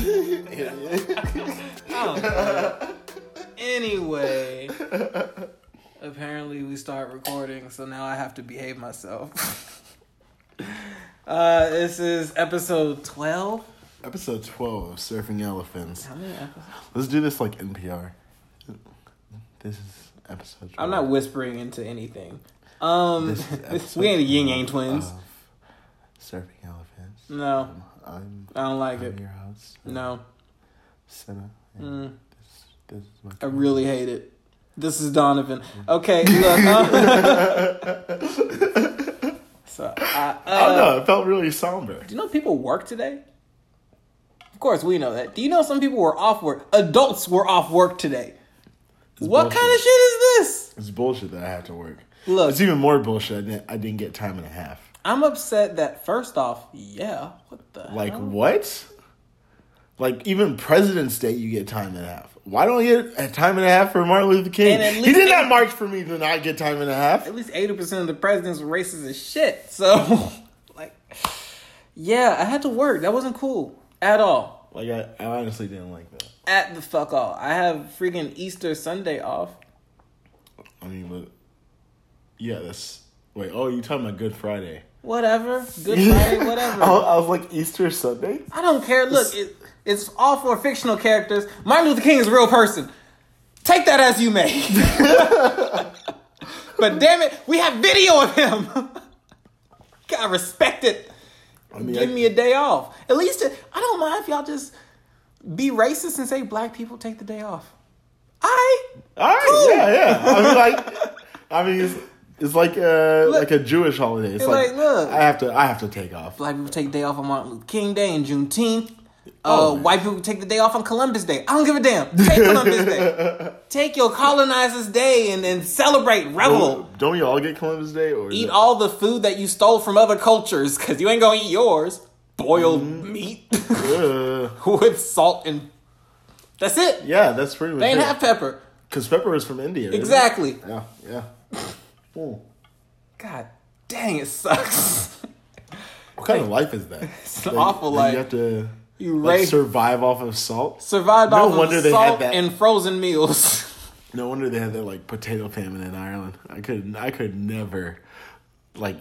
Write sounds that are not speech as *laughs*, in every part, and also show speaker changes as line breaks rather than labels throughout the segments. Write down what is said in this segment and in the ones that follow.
*laughs* anyway, apparently we start recording, so now I have to behave myself. *laughs* uh, this is episode twelve.
Episode 12 of Surfing Elephants.
How many episodes?
Let's do this like NPR. This is episode 12.
I'm not whispering into anything. Um,
This is
*laughs*
episode
we ain't the yin yang
12
twins.
of Surfing Elephants.
no,
I'm,
I don't like
I'm
it.
your host. uh,
No,
Senna. and
Mm.
This, this is my
I really hate it. This is Donovan.
Mm-hmm.
Okay, look.
*laughs*
um, *laughs* so I, uh,
Oh no, it felt really somber.
Do you know people work today? Of course, we know that. Do you know some people were off work? Adults were off work today. what
bullshit.
kind of shit is this?
It's bullshit that I have to work.
Look.
It's even more bullshit. I didn't, I didn't get time and a half.
I'm upset that first off, yeah, what the
Like
hell?
what? Like even President's Day, you get time and a half. Why don't you get a time and a half for Martin Luther King?
And at
he
least
did
they-
not march for me to not get time and a half.
At least eighty percent of the presidents were racist as shit. So, *laughs* like, yeah, I had to work. That wasn't cool at all.
Like I, I honestly didn't like that.
At the fuck all. I have freaking Easter Sunday off.
I mean, but yeah, that's wait. Oh, you talking about Good Friday?
Whatever.
*laughs*
Good Friday. Whatever.
I, I was like Easter Sunday.
I don't care. Look, it, it's all for fictional characters. Martin Luther King is a real person. Take that as you may. but damn it, we have video of him. *laughs* God, respect it.
I mean,
Give
I-
me a day off. At least it, I don't mind if y'all just be racist and say black people take the day off. I
all right. Yeah, yeah. I mean,
*laughs*
like, I mean, it's, it's like a like a Jewish holiday. It's
You're
like,
like, look.
I have to I have to take off.
black people take the day off on Martin Luther King Day and Juneteenth.
Oh,
uh,
man.
white people take the day off on Columbus Day. I don't give a damn. Take Columbus
*laughs*
Day. Take your colonizers' day and then celebrate, revel.
Don't, don't you all get Columbus Day or is
oh. Eat
it-
all the food that you stole from other cultures because you ain't gonna eat yours. Boiled
Mm-hmm.
meat *laughs*
Ugh.
with salt and that's it.
Yeah, that's pretty much
They ain't
it.
have pepper.
Because pepper is from India. isn't it?
Exactly.
Yeah, yeah. Hmm.
God dang, it
*laughs*
sucks.
What kind of life is
*laughs*
that? It's
an awful life.
You have to
You
like,
raise-
survive off of salt.
Survived
No
off
wonder
of
they had
salt
that.
and frozen meals. *laughs*
No wonder they had that like potato famine in Ireland. I could I could never like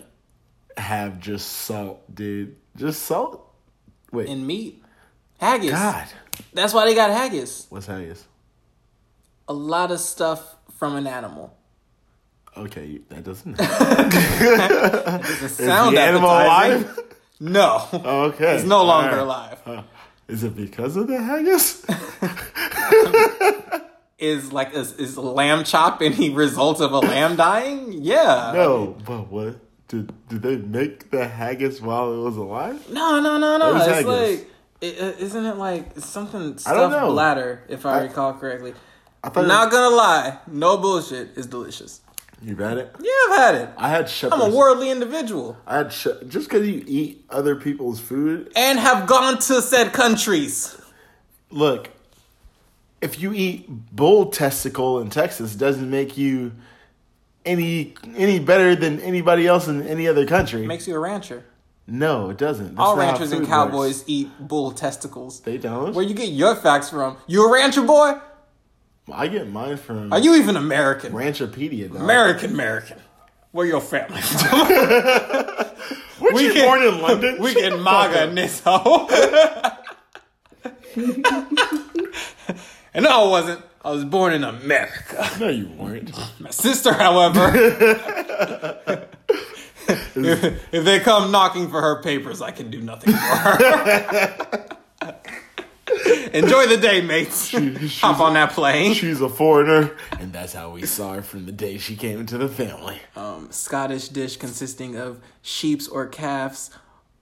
have just salt, dude. Just salt. Wait,
and meat. Haggis.
God,
That's why they got haggis.
what's haggis?
a lot of stuff from an animal.
Okay, you-
*laughs*
that doesn't.
The
Sound
sound
the animal
appetizing?
alive?
No, *laughs*
Okay,
it's no
all
longer
right. Uh,
alive.
Is it because of the
*laughs*
haggis?
Is like is, is a lamb chop any *laughs* result of a lamb dying? Yeah.
No, but what did did they make the haggis while it was alive?
No, no, no, no. It's
What is haggis?
like it, uh, isn't it like something stuffed
don't know.
bladder if I,
I-
recall correctly.
I thought it-
Not gonna lie, no bullshit is delicious.
you read it.
Yeah, I've had it.
I had shepherds.
I'm a worldly individual
I had sh- just because you eat other people's food.
and have gone to said countries.
Look, if you eat bull testicle in Texas, doesn't make you any any better than anybody else in any other country.
Makes you a rancher.
no, it doesn't. That's
All
not how
ranchers and
food works.
cowboys eat bull testicles.
They don't.
Where you get your facts from? You a rancher boy?
I get mine from
Are you even American?
Ranchopedia. Dog.
American, American. Where your family? from? *laughs*
Weren't
we
you
can-
born in London?
*laughs* we
Shut
get
the fuck
MAGA
up.
in this hole. *laughs* and no, I wasn't. I was born in America.
No, you weren't.
My sister, however, *laughs* if, if they come knocking for her papers, I can do nothing for her. *laughs* Enjoy the day, mates. Hop on that plane.
*laughs* She's a foreigner, and that's how we saw her from the day she came into the family.
um, Scottish dish consisting of sheep's or calf's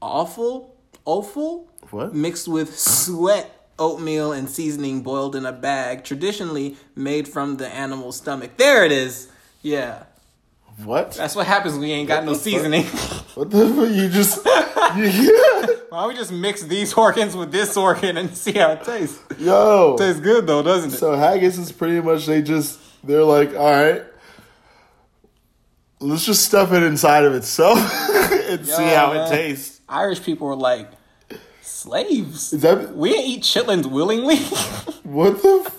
offal, offal,
What?
mixed with sweat, oatmeal, and seasoning boiled in a bag, traditionally made from the animal's stomach. There it is. Yeah,
What?
that's what happens when you ain't got no
*laughs*
seasoning.
What the fuck? You just. *laughs* you- *laughs*
Why don't we just mix these *laughs* organs with this organ and see how it tastes?
Yo!
Tastes good though, doesn't it?
So haggis is pretty much they just they're like, all right, let's just stuff it inside of itself *laughs* and see
Yo,
how
man.
it tastes.
Irish people were like, slaves.
Is that-
we didn't eat chitlins willingly. *laughs*
What the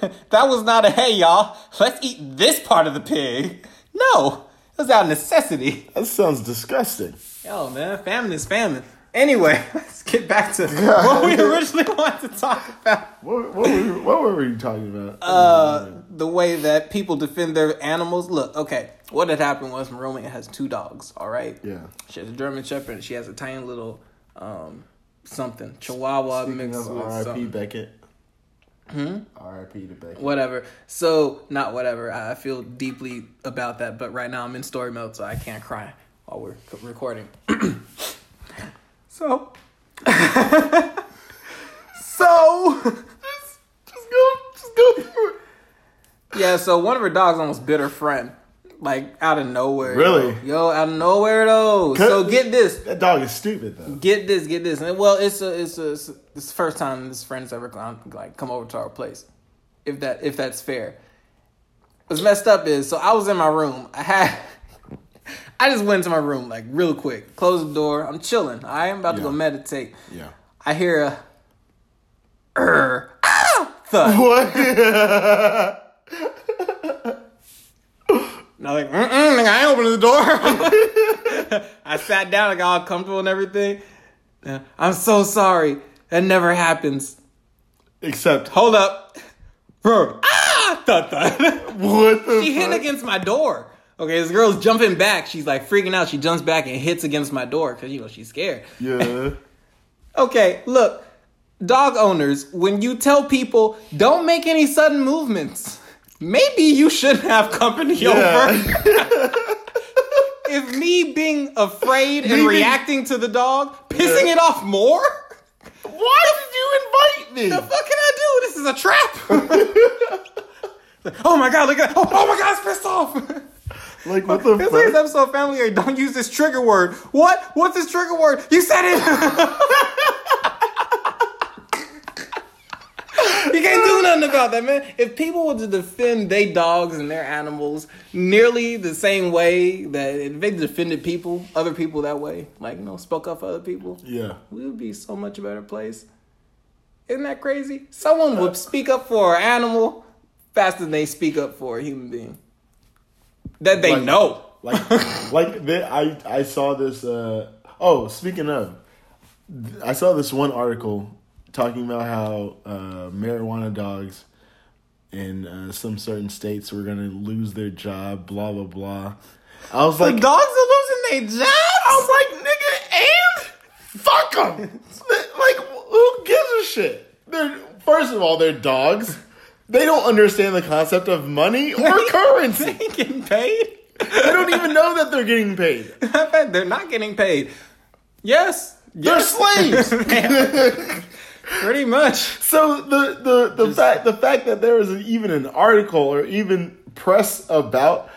fuck?
that was not a hey y'all. Let's eat this part of the pig. No, it was out of necessity.
That sounds disgusting.
Yo, man, famine is famine. Anyway, *laughs* let's get back
*laughs*
to what we originally wanted to talk about.
What, what, were, what were you talking about?
Uh, the way that people defend their animals. Look, okay, what had happened was my roommate has two dogs. All right,
yeah.
she has a German Shepherd. and She has a tiny little um something Chihuahua
Speaking
mixed
of
with
R.I.P.
something.
Beckett. Hmm? R.I.P. to Beckett.
Whatever. So not whatever. I I feel deeply about that, but right now I'm in story mode, so I can't cry while we're c- recording. *clears throat* so, *laughs* so
Just go, just go through it.
yeah. So one of her dogs almost bit her friend, like out of nowhere.
Really?
Yo, out of nowhere though.
Cut-
So get this.
That dog is stupid though.
get this, get this. And well, it's a, it's a, it's the first time this friend's ever gone, like come over to our place. If that, if that's fair. What's messed up is so I was in my room. I had, *laughs* I just went to my room like real quick, closed the door. I'm chilling. I am about to go
Yeah.
meditate.
Yeah.
I hear a, er, ah, thud.
*laughs* What?
And I was like, mm mm, nigga, I ain't opening the door. *laughs* I sat down, like all comfortable and everything. Yeah, I'm so sorry. That never happens.
Except *laughs*
Hold up. Bro. Ah! Thud, thud.
what the
she hit
fuck?
against my door. Okay, this girl's jumping back. She's like freaking out. She jumps back and hits against my door because, you know, she's scared.
Yeah.
Okay, look. Dog owners, when you tell people, don't make any sudden movements, maybe you shouldn't have company over.
Yeah. *laughs*
If me being afraid and
being-
reacting to the dog, pissing it off more?
Why did you invite
What
me?
the fuck can I do? This is a trap. *laughs* oh my god, look at oh, oh my god, it's pissed off. *laughs*
Like what the
This latest
fuck?
episode of Family Guy, don't use this trigger word. What? What's this trigger word? You said it! *laughs* you can't do nothing about that, man. If people were to defend their dogs and their animals nearly the same way that if they defended people, other people that way, like, you know, spoke up for other people,
Yeah.
we would be so much a better place. Isn't that crazy? Someone would speak up for an animal faster than they speak up for a human being. That they
Like-
know.
Like like the, I I saw this uh oh, speaking of th- I saw this one article talking about how uh marijuana dogs in uh, some certain states were going to lose their job, blah blah blah. I was like
Dogs are losing their jobs.
I was like, nigga, and fuck them. like, who gives a shit? They're first of all, they're dogs. They don't understand the concept of
*laughs*
money or currency.
They ain't getting paid. *laughs*
They don't even know that they're getting paid.
I bet they're not getting paid. Yes.
*laughs* They're
Yes. *laughs*
slaves.
Pretty much.
So the the the fact the fact that there is even an article or even press about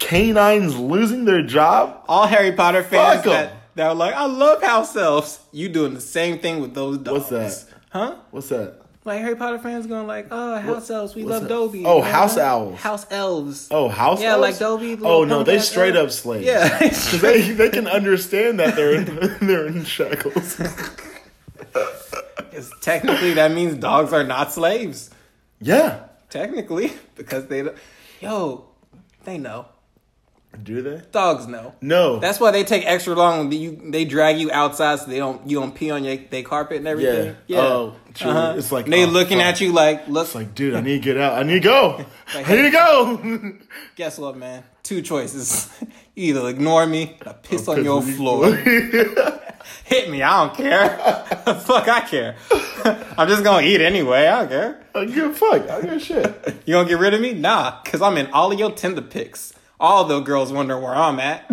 canines losing their job.
All Harry Potter fans
Fuck 'em.
that, that were like, I love house elves. You doing the same thing with those dogs.
What's that?
Huh?
What's that?
Like Harry Potter fans going like, oh, house elves, we
what's
love
that?
Dobby.
Oh,
Uh,
house owls.
House elves.
Oh, house.
Yeah, like
elves?
Dobby, the
Oh
little
no, they
punk-ass
straight
elf.
up slaves. *laughs*
Yeah.
Because they, they can understand that they're in, *laughs* they're in shackles.
'Cause technically, that means dogs are not slaves.
Yeah.
Technically, *laughs* because they don't. Yo, they know.
Do they?
Dogs know.
No.
That's why they take extra long. when You they drag you outside so they don't you don't pee on your they carpet and everything.
Yeah. Oh, true. It's like,
And they
oh,
looking
fuck.
at you like look.
It's like, dude, I need to get out. I need to go.
*laughs* Like,
I need to go.
guess what, man? Two choices. *laughs* you either ignore me, or piss on
*laughs*
your floor. *laughs* Hit me. I don't care. *laughs* Fuck, I care. *laughs* I'm just gonna eat anyway. I don't care.
I don't give a fuck. I don't give a shit.
You gonna get rid of me? Nah, cause I'm in all of your Tinder pics. All the girls wondering where I'm at.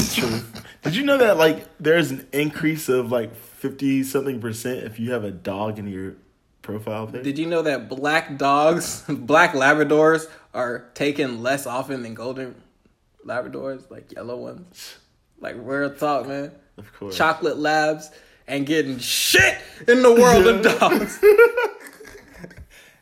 *laughs*
Did you know that like there's an increase of like fifty something percent if you have a dog in your profile pic?
Did you know that black dogs, *laughs* black Labradors, are taken less often than golden Labradors, like yellow ones? Like real talk, man.
of course.
Chocolate labs and getting shit in the world
*laughs*
of dogs.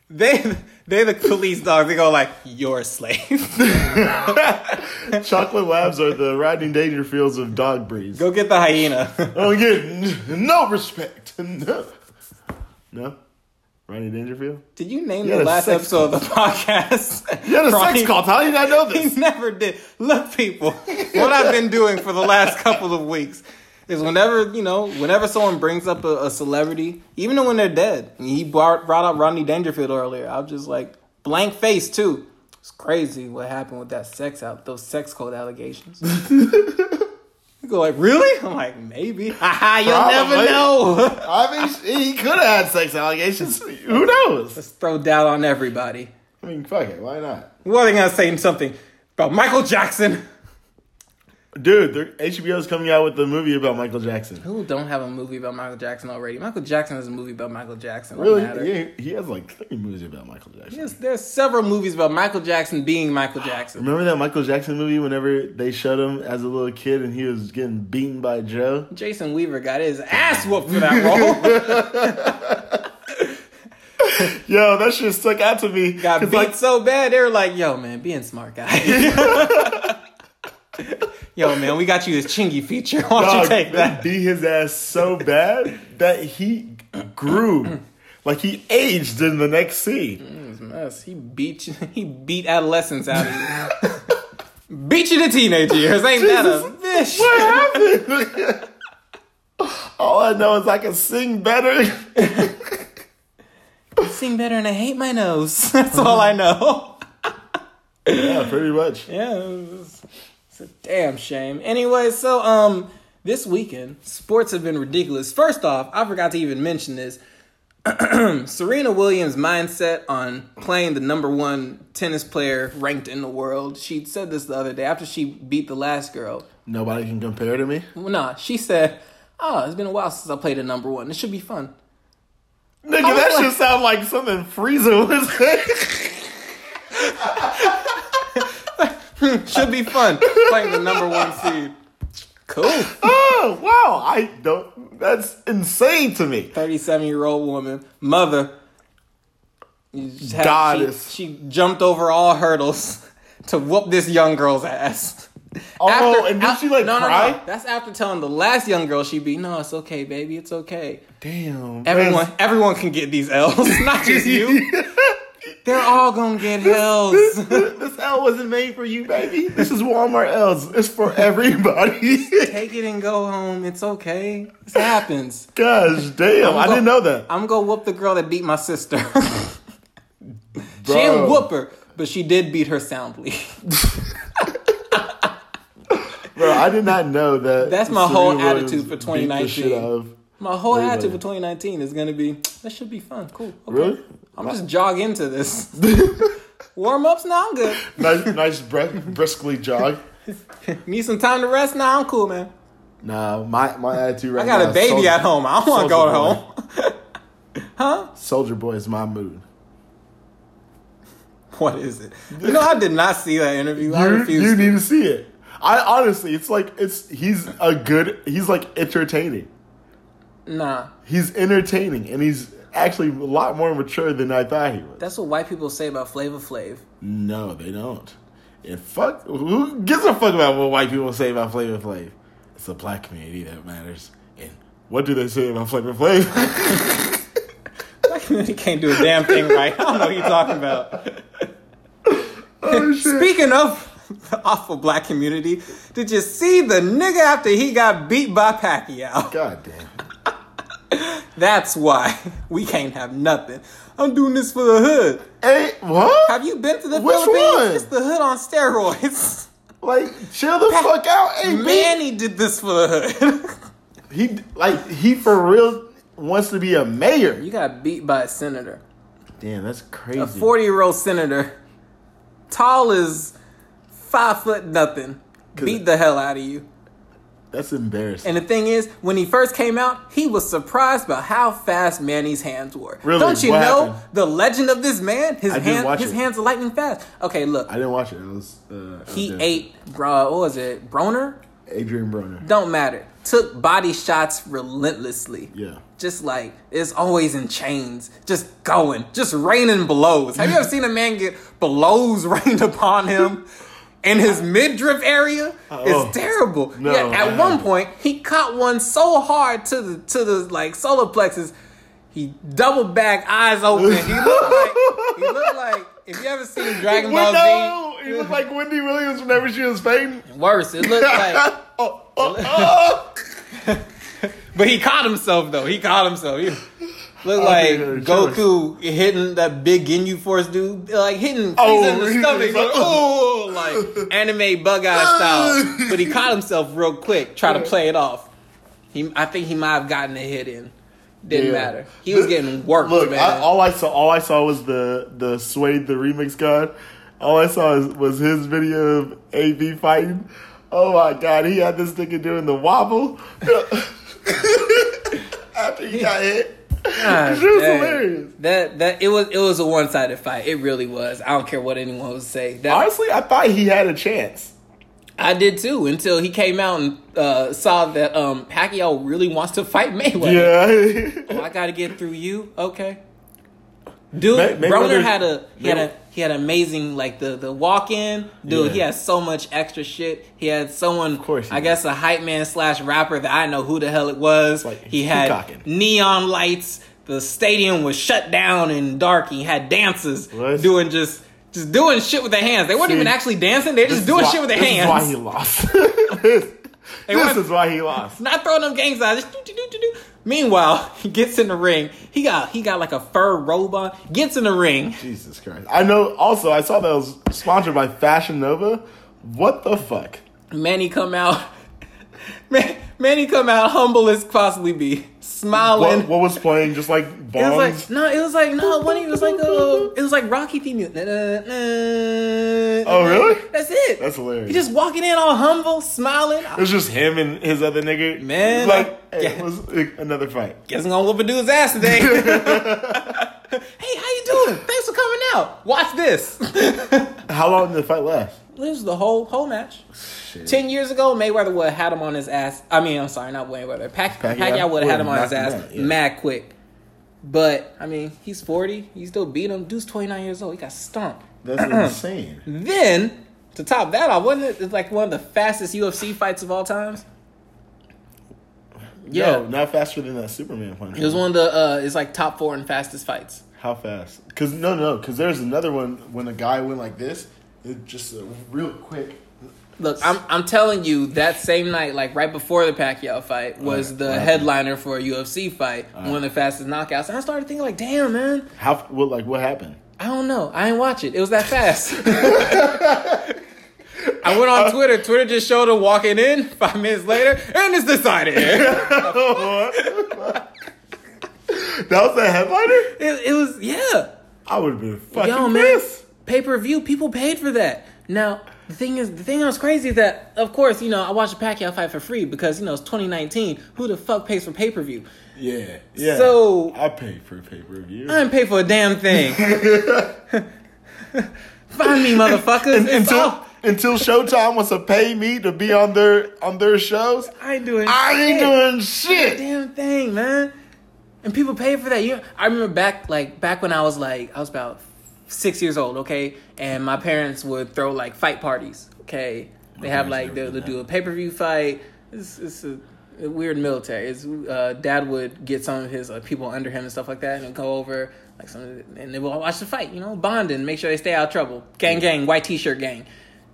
they they the police dogs. They go like, "You're a slave. *laughs*
Chocolate labs are the riding Dangerfields of dog breeds. *laughs*
go get the hyena."
I don't get n- *laughs* no respect. No. No? Ronnie Dangerfield?
Did you name
You
the
had a
last
sex
episode
*laughs*
of the podcast?
You had a
Ronnie-
sex cult. How do you
*laughs*
not know
He
this?
never did. Look, people, what I've been doing for the last couple of weeks is whenever you know, whenever someone brings up a, a celebrity, even when they're dead, and he brought, brought up Rodney Dangerfield earlier. I'm just like blank face too. It's crazy what happened with that sex out those sex code allegations. you go like, really? I'm like, maybe. *laughs* Haha, you'll never
Probably.
know. *laughs*
I mean, he could have had sex allegations. Who knows?
Let's throw doubt on everybody.
I mean, fuck it. Why not?
What are they gonna say something about Michael Jackson?
Dude, they're- HBO's coming out with a movie about Michael Jackson.
Who don't have a movie about Michael Jackson already? Michael Jackson has a movie about Michael Jackson. Really?
Really? Yeah, he has like three movies about Michael Jackson.
Yes, there's several movies about Michael Jackson being Michael Jackson.
Remember that Michael Jackson movie whenever they showed him as a little kid and he was getting beaten by Joe?
Jason Weaver got his ass whooped for that
*laughs*
role.
Yo, that shit stuck out to me.
got *laughs*
'Cause,
beat
like,
so bad they were like, "Yo, man, being smart guy." *laughs* Yo, man, we got you this chingy feature. *laughs* Why don't you
dog,
take
they
that?
beat his ass so bad that he grew. like he aged in the next scene.
It was a mess. He beat you, he beat adolescence out of you. *laughs* beat you to teenage years. Ain't that a bitch?
What happened? *laughs* All I know is I can
*laughs*
sing better.
Sing better and I hate my nose. *laughs* That's all I know.
yeah, pretty much.
Yeah, it's, it's a damn shame. Anyway, so um, this weekend sports have been ridiculous. First off, I forgot to even mention this. *clears throat* Serena Williams' mindset on playing the number one tennis player ranked in the world. She said this the other day after she beat the last girl.
Nobody can compare to me.
Well, nah, she said, "Oh, it's been a while since I played the number one. This should be fun."
Nigga,
was
that
like-
should sound like something Frieza was
Should be fun playing the number one seed. Cool.
*laughs* Oh, wow. I don't. That's insane to me.
37 year old woman, mother. You just had-
Goddess.
She, she jumped over all hurdles *laughs* to whoop this young girl's ass.
Oh, and did
af-
she, like,
no, no,
cry?
No, That's after telling the last young girl she beat, no, it's okay, baby, it's okay.
Damn.
Everyone, everyone can get these L's, *laughs* not just
*laughs*
you. They're all gonna get L's.
this L wasn't made for you, baby. This is Walmart L's. It's for everybody. *laughs*
Take it and go home. It's okay. This happens.
Gosh damn. I didn't know that.
I'm gonna whoop the girl that beat my sister. *laughs* she
Bro.
didn't whoop her, but she did beat her soundly. *laughs*
Bro, I did not know that.
That's my whole
Williams
attitude for
beat the
2019.
shit out of-
My whole
Really?
attitude for 2019 is going to be that should be fun. Cool. Okay.
Really?
I'm just jog into this. *laughs* Warm ups? Now I'm
*laughs*
good.
Nice, nice bre- briskly jog.
Need some time to rest? Now I'm cool, man.
Nah, my, my attitude right
I
now.
got a baby at home. I don't want to go home. *laughs*
Soldier Boy is my mood.
What is it? You know, I did not see that interview. I
You,
refuse.
you
to.
need to see it. I honestly, it's like it's he's a good. He's like entertaining.
Nah.
He's entertaining, and he's actually a lot more mature than I thought he was.
That's what white people say about Flavor Flav. *laughs*
No, they don't. And fuck, who gives a fuck about what white people say about Flavor Flav? It's the black community that matters. And what do they say about Flavor Flav? *laughs*
he can't do a damn thing right. I don't know what you're talking about.
*laughs* oh shit!
Speaking of *laughs* the awful black community, did you see the nigga after he got beat by Pacquiao?
God damn.
That's why *laughs* we can't have nothing. I'm doing this for the hood.
Hey, what?
Have you been to the
Which
Philippines?
one?
It's the hood on
*laughs*
steroids.
Like, chill the fuck out, hey, man.
Manny did this for the hood. *laughs*
He like he for real wants to be a mayor.
you got beat by a senator,
Damn, that's crazy.
a 40 year old senator, tall as five foot nothing, beat the hell out of you.
That's embarrassing.
And the thing is, when he first came out, he was surprised by how fast Manny's hands were.
Really?
Don't you
What
know
happened?
the legend of this man? His
didn't
hand,
watch
his
it.
hands are lightning fast. Okay, look.
I didn't watch it. I was uh, I was
He
there.
ate, bro. What was it? Broner?
Adrian Broner.
Don't matter. Took body shots relentlessly.
Yeah.
Just like it's always in chains, just going, just raining blows. Have you ever seen a man get blows *laughs* rained upon him in his midriff area?
Oh.
It's terrible.
No,
yeah,
I
at one
haven't.
point he caught one so hard to the to the like solar plexus, He double back, eyes open. He looked like he looked like if you ever seen
*laughs*
Dragon Ball Z,
Window! He looked like Wendy Williams whenever she was fainting.
worse. It looked like,
*laughs* oh, oh, oh.
*laughs* but he caught himself though. He caught himself. He
Oh,
looked like
there,
Goku hitting that big Ginyu Force dude, like hitting
Oh,
Frieza in the
he was
stomach,
like,
like, oh, like anime bug eye
*laughs*
style. But he caught himself real quick, try to play it off. He, I think he might have gotten a hit in. Didn't
Yeah.
matter. He was getting worked,
Look,
man.
I, all I saw, all I saw was the the Suede the remix god. All I saw is, was his video of AB fighting. Oh my god, he had this nigga doing the wobble *laughs* after he got hit.
God
This shit was
dang.
hilarious.
That that it was it was a one sided fight. It really was. I don't care what anyone would say. That
Honestly, I thought he had a chance.
I did too until he came out and uh, saw that um, Pacquiao really wants to fight Mayweather.
Yeah.
I got to get through you. Okay. Dude,
May-
Broner
Mayweather-
had a he had
Maywe-
a he had amazing like the the walk in. Dude,
Yeah.
he had so much extra shit. He had someone, of
course he
I
did.
guess a hype man slash rapper that I know who the hell it was.
Like,
he
he's
had
peacocking.
neon lights. The stadium was shut down and dark. He had dancers
What?
doing just just doing shit with their hands. They weren't
See,
even actually dancing. They're *laughs* just
This is
doing
why-
shit with their
this
hands.
Is why he lost. *laughs* this
weren't-
is why he lost.
not throwing them gangs out. Just do, do, do, do, do. Meanwhile, *laughs* he gets in the ring. He got he got like a fur robe on. Gets in the ring.
Jesus Christ! I know. Also, I saw that was sponsored by Fashion Nova. What the fuck?
Manny come out. *laughs* Man, Manny come out humble as possibly be,
What,
smiling.
what was playing? Just
*laughs*
like
It was
bombs.
like no, it was like no, one it was like uh, it was like Rocky theme music. Na, na, na, na.
Oh, really?
That's it.
That's hilarious.
He just walking in all humble, smiling.
it was just him and his other nigga.
Man,
like
I-
it was like, another fight.
Guess I'm gonna whoop a dude's ass
*laughs*
today. *laughs* hey, how you doing? Thanks for coming out. Watch this. *laughs*
How long did the fight last?
This is the whole whole match.
Shit.
Ten years ago, Mayweather would have had him on his ass. I mean, I'm sorry, not Mayweather. Pac-
Pacquiao?
Pacquiao, would have had him on
Would've
his
knocked
ass
him out, yeah.
mad quick. But I mean, he's 40. He still beat him. Dude's 29 years old. He got stomped.
That's
*clears throat*
insane.
Then to top that off, wasn't it it's like one of the fastest UFC fights of all times? Yeah,
No, not faster than that Superman punch.
it was one of the. Uh, it's like top four in fastest fights.
How fast? Cause no, no, cause there's another one when a guy went like this. It just uh, real quick.
Look, I'm I'm telling you, that same night, like right before the Pacquiao fight, was
Alright,
the
what happened?
headliner for a UFC fight, one of the fastest knockouts. And I started thinking, like, damn, man,
How? What? Like what happened? *laughs*
I don't know, I didn't watch it. It was that fast. I went on Twitter. Twitter just showed him walking in five minutes later, and it's decided. it,
That was the headliner.
it was yeah,
I would have been fucking
yo, man,
pissed.
pay per view. People paid for that. Now the thing is, the thing that was crazy is that, of course, you know, I watched the Pacquiao fight for free because you know it's 2019. Who the fuck pays for pay per view?
Yeah, yeah.
So-
I paid for a pay per view.
I didn't pay for a damn
*laughs*
thing. *laughs* Find me, Oh, motherfuckers. It's
Until
all-
until Showtime wants to pay me to be on their on their shows,
I ain't doing.
I ain't
shit.
doing shit.
damn thing, man. And people pay for that. You, I remember back, like back when I was like, I was about six years old, okay, and my parents would throw like fight parties, okay. They have
parents
like
never
they'll,
did
they'll
that.
do a pay per view fight. It's, it's a, a weird military. It's, uh, Dad would get some of his uh, people under him and stuff like that, and go over like some, of the, and they would all watch the fight, you know, bonding, make sure they stay out of trouble. Gang, gang, white t-shirt gang.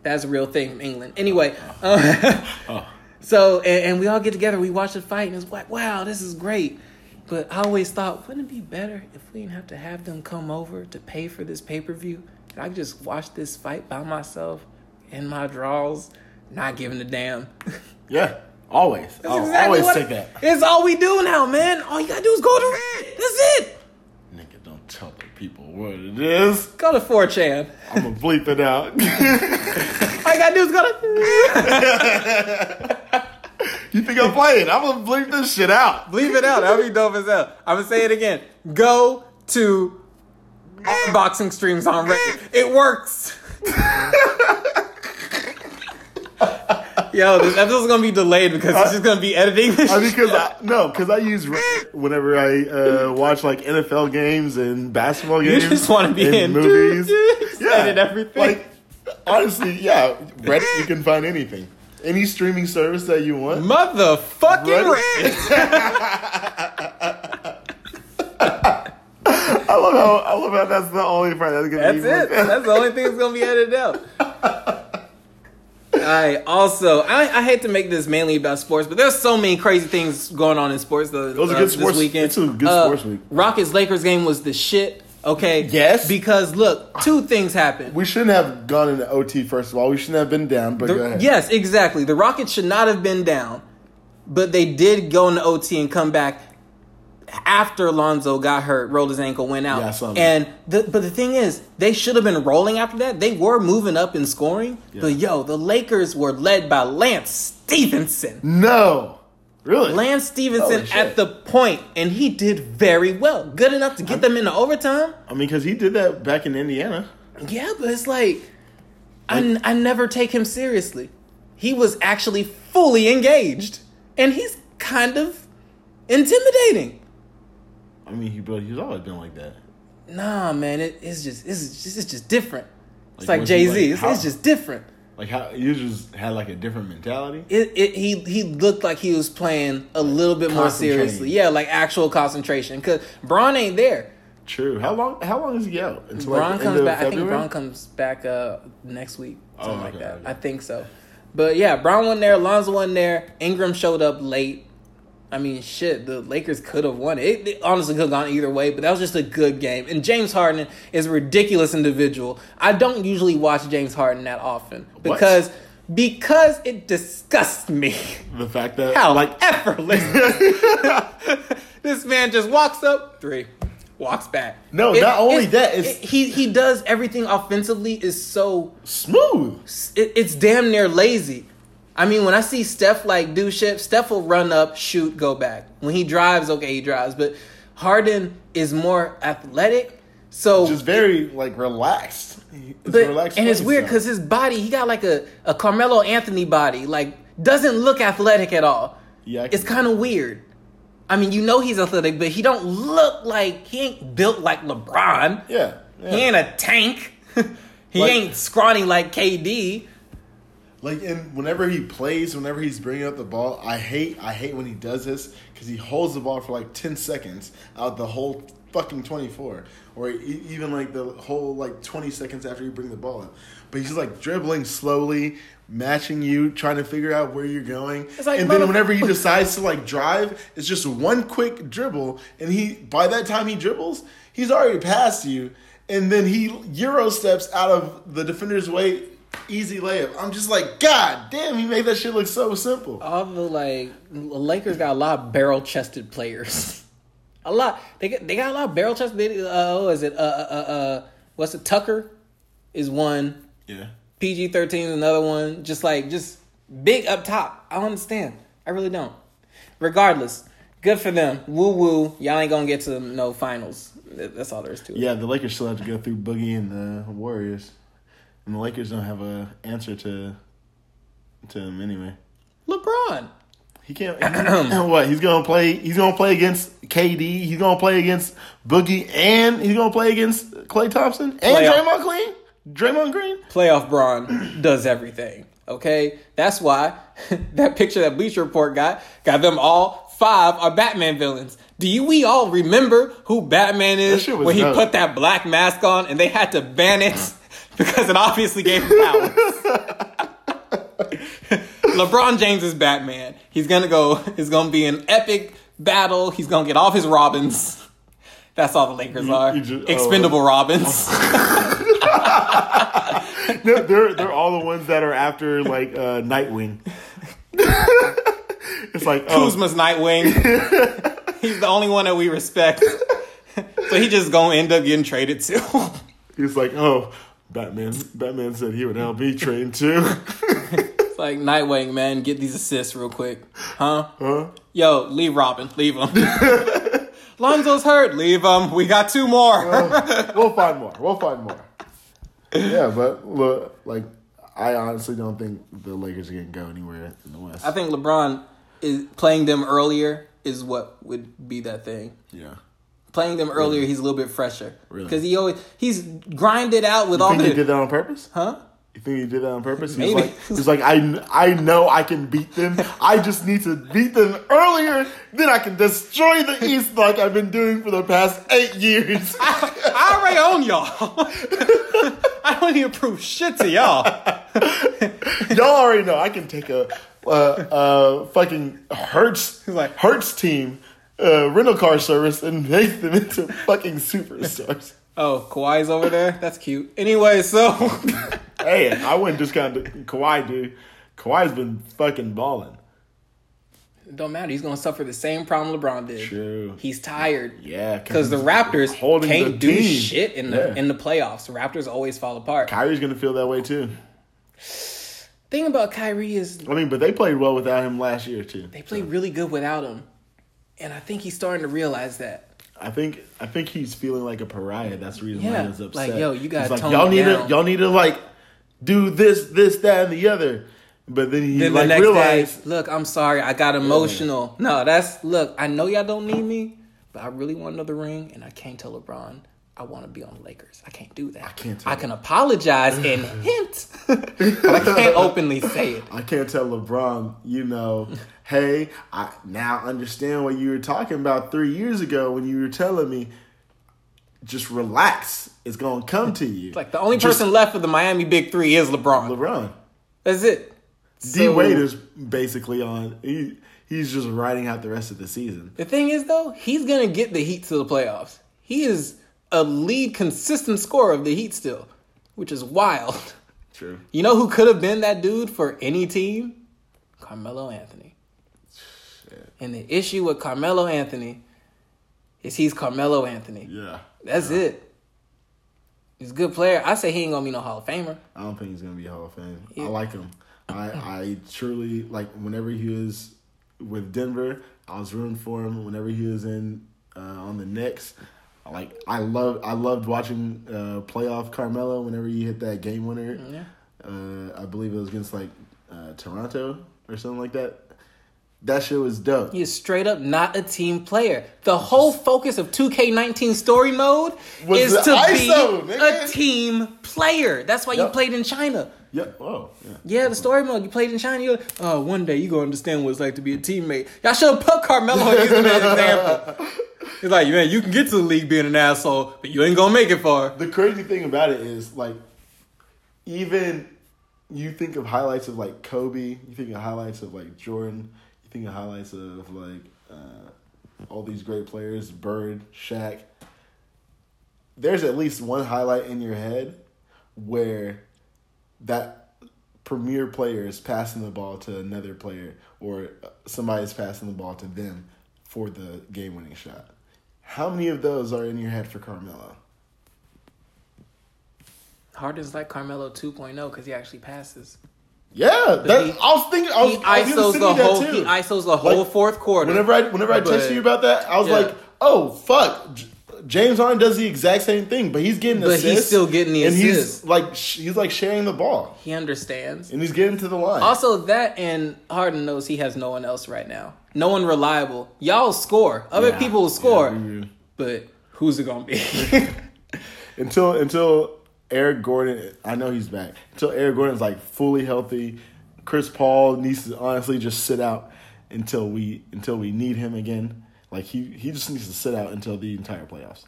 That's a real thing from England. Anyway. um, *laughs* So and, and we all get together, we watch the fight, and it's like, wow, this is great. But I always thought, wouldn't it be better if we didn't have to have them come over to pay for this pay per view? And I could just watch this fight by myself in my draws, not giving a damn. *laughs*
Yeah, always. I'll Oh, always
what-
take that.
It's all we do now, man. All you gotta do is go to That's it.
Nigga, don't tell the people what it is.
Go to 4chan.
*laughs* I'm gonna bleep it out. *laughs*
All you gotta do is go to
you think I'm playing? I'm gonna bleep this shit out.
Leave it out. That'd be dope as hell. I'm gonna say it again. Go to boxing streams on Reddit. It works. Yo, this episode's gonna be delayed because it's just gonna be editing. This
I,
shit.
because I no, because I use Reddit whenever I uh, watch like NFL games and basketball
You
games.
just wanna be
and
in. *laughs*
movies.
Yeah, and everything.
Like honestly, yeah. Reddit, you can find anything, any streaming service that you want.
Motherfucking
Reddit.
Reddit.
I love how I love how that's the only part that's gonna
That's
be.
it.
*laughs*
That's the only thing that's gonna be edited out. I also I, I hate to make this mainly about sports, but there's so many crazy things going on in sports. The, uh,
was a good sports-
This weekend. Uh,
it's a good sports week.
Rockets Lakers game was the shit. Okay.
Yes.
Because look, two things happened.
we shouldn't have gone into OT first of all. We shouldn't have been down. But go
The-
ahead.
yes, exactly. The Rockets should not have been down, but they did go into OT and come back after Lonzo got hurt, rolled his ankle, went out.
Yeah, I saw that.
and the, but the thing is, they should have been rolling after that. They were moving up and scoring, but yo, the Lakers were led by Lance Stevenson.
No. Really.
Lance Stevenson
Holy shit.
at the point, and he did very well, good enough to get them into overtime.
I mean, because he did that back in Indiana.
Yeah, but it's like, I, I never take him seriously. He was actually fully engaged, and he's kind of intimidating.
I mean, he but he's always been like that.
Nah, man, it, it's just it's just it's just different. It's
Like,
like
was he,
Jay
like,
Z. It's,
how-
it's just different.
Like how you just had like a different mentality.
It, it he he looked like he was playing a little bit more
Concentrating.
seriously. Yeah, like actual concentration. Cause Braun ain't there.
True. How long? How long is he out? Until
Braun
like, the end
comes
of
back. I think
February?
Braun comes back uh, next week, something like
Oh, okay,
that.
okay.
I think so. But yeah, Braun wasn't there. Lonzo wasn't there. Ingram showed up late. I mean, shit, the Lakers could have won. It, it honestly could have gone either way, but that was just a good game. And James Harden is a ridiculous individual. I don't usually watch James Harden that often
What?
because because it disgusts me. *laughs*
The fact that
How
like
*laughs*
*laughs*
effortless. this man just walks up, three, walks back.
No, not only that, it's-
it- he he does everything offensively is so
smooth.
it, it's damn near lazy. I mean, when I see Steph like do shit, Steph will run up, shoot, go back. When he drives, okay, he drives, but Harden is more athletic. So
Just very like relaxed. It's
but,
a relaxed
and it's
place
weird
now.
because his body, he got like a, a Carmelo Anthony body, like doesn't look athletic at all.
Yeah, I
it's
can-
kind of weird. I mean, you know he's athletic, but he don't look like he ain't built like LeBron.
yeah, yeah.
He ain't a tank. *laughs* he
Like-
ain't scrawny like KD.
Like and whenever he plays, whenever he's bringing up the ball, I hate I hate when he does this because he holds the ball for like ten seconds out the whole fucking twenty four, or e- even like the whole like twenty seconds after you bring the ball up. But he's like dribbling slowly, matching you, trying to figure out where you're going.
It's like,
and then
motherf-
whenever he decides to like drive, it's just one quick dribble, and he by that time he dribbles, he's already past you, and then he euro steps out of the defender's way, easy layup. I'm just like, God damn, he made that shit look so simple.
All the like Lakers got a lot of barrel chested players. *laughs* a lot. They got, they got a lot of barrel chested. Uh, what is it? Uh, uh, uh, uh, what's it? Tucker is one.
Yeah,
PG thirteen is another one. Just like just big up top. I don't understand. I really don't. Regardless, good for them. Woo woo. Y'all ain't gonna get to no finals. Th- That's all there is to it.
yeah. The Lakers still have to go through Boogie and the Warriors, and the Lakers don't have a answer to to him anyway.
LeBron.
He *clears throat* can't. what he's gonna play? He's gonna play against KD. He's gonna play against Boogie, and he's gonna play against Clay Thompson and
Playoff.
Draymond Green. Draymond Green.
Playoff Braun does everything. Okay, that's why *laughs* that picture that Bleacher Report got got them all five are Batman villains. Do you we all remember who Batman is
shit was
when he
dope.
put that black mask on and they had to ban it *laughs* because it obviously gave him
*laughs*
powers. *laughs* LeBron James is Batman. He's gonna go. It's gonna be an epic battle. He's gonna get off his Robins. That's all the Lakers are.
you ju- oh.
Expendable
*laughs*
Robins.
No, *laughs* they're they're all the ones that are after like uh, Nightwing. *laughs* it's like oh,
Kuzma's *laughs* Nightwing. He's the only one that we *laughs* respect. so he just gonna end up getting traded too.
he's like oh, Batman. Batman said he would help me train too. *laughs*
it's like Nightwing, man, get these assists real quick, huh?
huh?
Yo, leave Robin, leave him. *laughs* Lonzo's hurt, leave him. We got two more.
we'll find more. We'll find more. Yeah, but look, like I honestly don't think the Lakers are gonna go anywhere in the
*laughs*
West.
I think LeBron is playing them earlier is what would be that thing.
yeah.
Playing them earlier, he's a little bit fresher
Really?
because he always he's grinded out with all
Think
the
he did that on purpose?
huh.
You think he did that on purpose? He's
Maybe.
like, he's like, I, kn- I know I can beat them. I just need to beat them earlier. Then I can destroy the East like I've been doing for the past eight years. *laughs*
I already own y'all. *laughs* I don't need to prove shit to y'all.
Y'all already know I can take a, uh, uh, fucking Hertz,
He's like-
Hertz team, uh, rental car service and make them into fucking superstars.
Oh, Kawhi's over there. That's cute. Anyway, so *laughs*
hey, I wouldn't discount Kawhi, dude. Kawhi's been fucking balling.
it don't matter. He's gonna suffer the same problem LeBron did.
True.
He's tired.
Yeah,
Because the Raptors
holding
can't
the
do
team.
shit in the
Yeah.
in the playoffs. The Raptors always fall apart.
Kyrie's gonna feel that way too.
Thing about Kyrie is
I mean, but they played well without him last year too.
they play really good without him, and I think he's starting to realize that.
I think I think he's feeling like a pariah. That's the reason
Yeah,
why he's upset.
like, yo, you gotta
He's
tone
y'all
it
need
down."
to y'all need to like do this, this, that, and the other. But then he
Then
like
the next
realized
day, look, I'm sorry, I got emotional. No, that's look, I know y'all don't need me, but I really want another ring, and I can't tell LeBron I want to be on the Lakers. I can't do that. I
can't tell
I can apologize
*laughs*
and hint, *laughs* but I can't openly say it.
I can't tell LeBron,
*laughs*
you know, hey, I now understand what you were talking about three years ago when you were telling me, just relax. It's gonna come to you.
*laughs* Like the only
Just
person left of the Miami Big Three is LeBron.
LeBron.
That's it.
D
So-
Wade is basically on he he's just riding out the rest of the season.
The thing is, though, he's gonna get the Heat to the playoffs. He is a lead consistent scorer of the Heat still, which is wild. *laughs*
True.
You know who could have been that dude for any team? Carmelo Anthony. And the issue with Carmelo Anthony is he's Carmelo Anthony.
Yeah.
That's it. He's a good player. I say he ain't gonna be no Hall of Famer.
I don't think he's gonna be Hall of Fame. I like him. I I truly like whenever he was with Denver, I was rooting for him. Whenever he was in uh, on the Knicks, I like I love I loved watching uh, playoff Carmelo. Whenever he hit that game winner, uh, I believe it was against like uh, Toronto or something like that. That shit was dope.
He is straight up not a team player. The whole focus of 2K19 story mode
Was
is
the
to
ISO,
be
nigga.
a team player. That's why you
Yup.
played in China.
Yep. Oh, yeah.
Yeah, the story mode. You played in China. You're like, oh, one day you gonna understand what it's like to be a teammate. Y'all should have put Carmelo and used him as an example. It's like, man, you can get to the league being an asshole, but you ain't gonna make it far.
the crazy thing about it is like even you think of highlights of like Kobe, you think of highlights of like Jordan, you think of highlights of like uh, all these great players, Bird, Shaq. There's at least one highlight in your head where that premier player is passing the ball to another player or somebody's passing the ball to them for the game winning shot. How many of those are in your head for Carmelo?
Harden's like Carmelo 2.0 because he actually passes.
Yeah, that,
he-
I was thinking. I was,
He
I was gonna
isos
send you
the
that
whole.
too.
He isos the whole
Like,
fourth quarter.
Whenever I whenever I
But-
texted you about that, I was
yeah.
like, "Oh fuck, J- James Harden does the exact same thing, but he's getting
But he's
assists.
still getting the
and
assists.
he's like sh- he's like sharing the ball,
he understands.
and he's getting to the line.
Also, that and Harden knows he has no one else right now. No one reliable. Y'all score. Other
Yeah.
people will score,
Yeah, we-
but who's it gonna be? *laughs*
until until Eric Gordon, I know he's back. Until Eric Gordon's like fully healthy, Chris Paul needs to honestly just sit out until we until we need him again. Like he he just needs to sit out until the entire playoffs.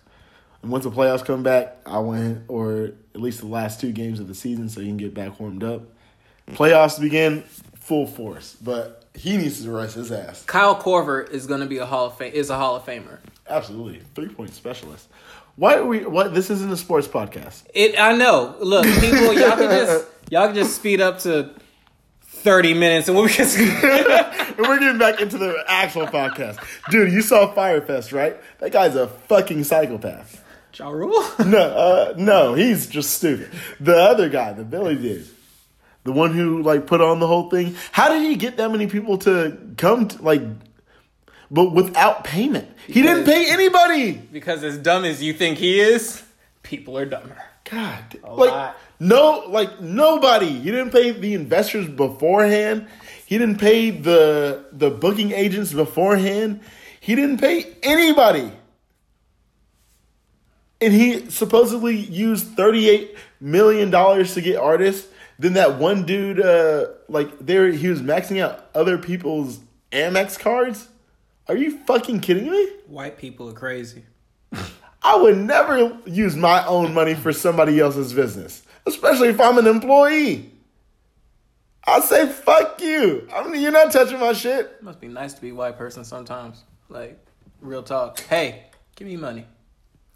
And once the playoffs come back, I win or at least the last two games of the season, so he can get back warmed up. Playoffs begin full force, but he needs to rest his ass.
Kyle Corver is gonna be a Hall of Fame. Is a Hall of Famer.
Absolutely, three point specialist. Why are we? What this isn't a sports podcast.
It. I know. Look, people, y'all can *laughs* just y'all can just speed up to thirty minutes, and we'll be just. *laughs*
And we're getting back into the actual podcast. Dude, you saw Firefest, right? That guy's a fucking psychopath. *laughs*
Ja Rule?
No, uh, no, he's just stupid. The other guy, the Billy dude, the one who like put on the whole thing. How did he get that many people to come? To, like, but without payment, he didn't pay anybody.
because as dumb as you think he is, people are dumber.
God, like
lot.
no, like nobody. He didn't pay the investors beforehand. He didn't pay the the booking agents beforehand. He didn't pay anybody. And he supposedly used thirty eight million dollars to get artists Then that one dude, uh, like there, he was maxing out other people's Amex cards. Are you fucking kidding me?
White people are crazy.
I would never use my own money for somebody else's business, especially if I'm an employee. I say fuck you. I mean, you're not touching my shit.
It must be nice to be a white person sometimes. Like, real talk. Hey, give me money.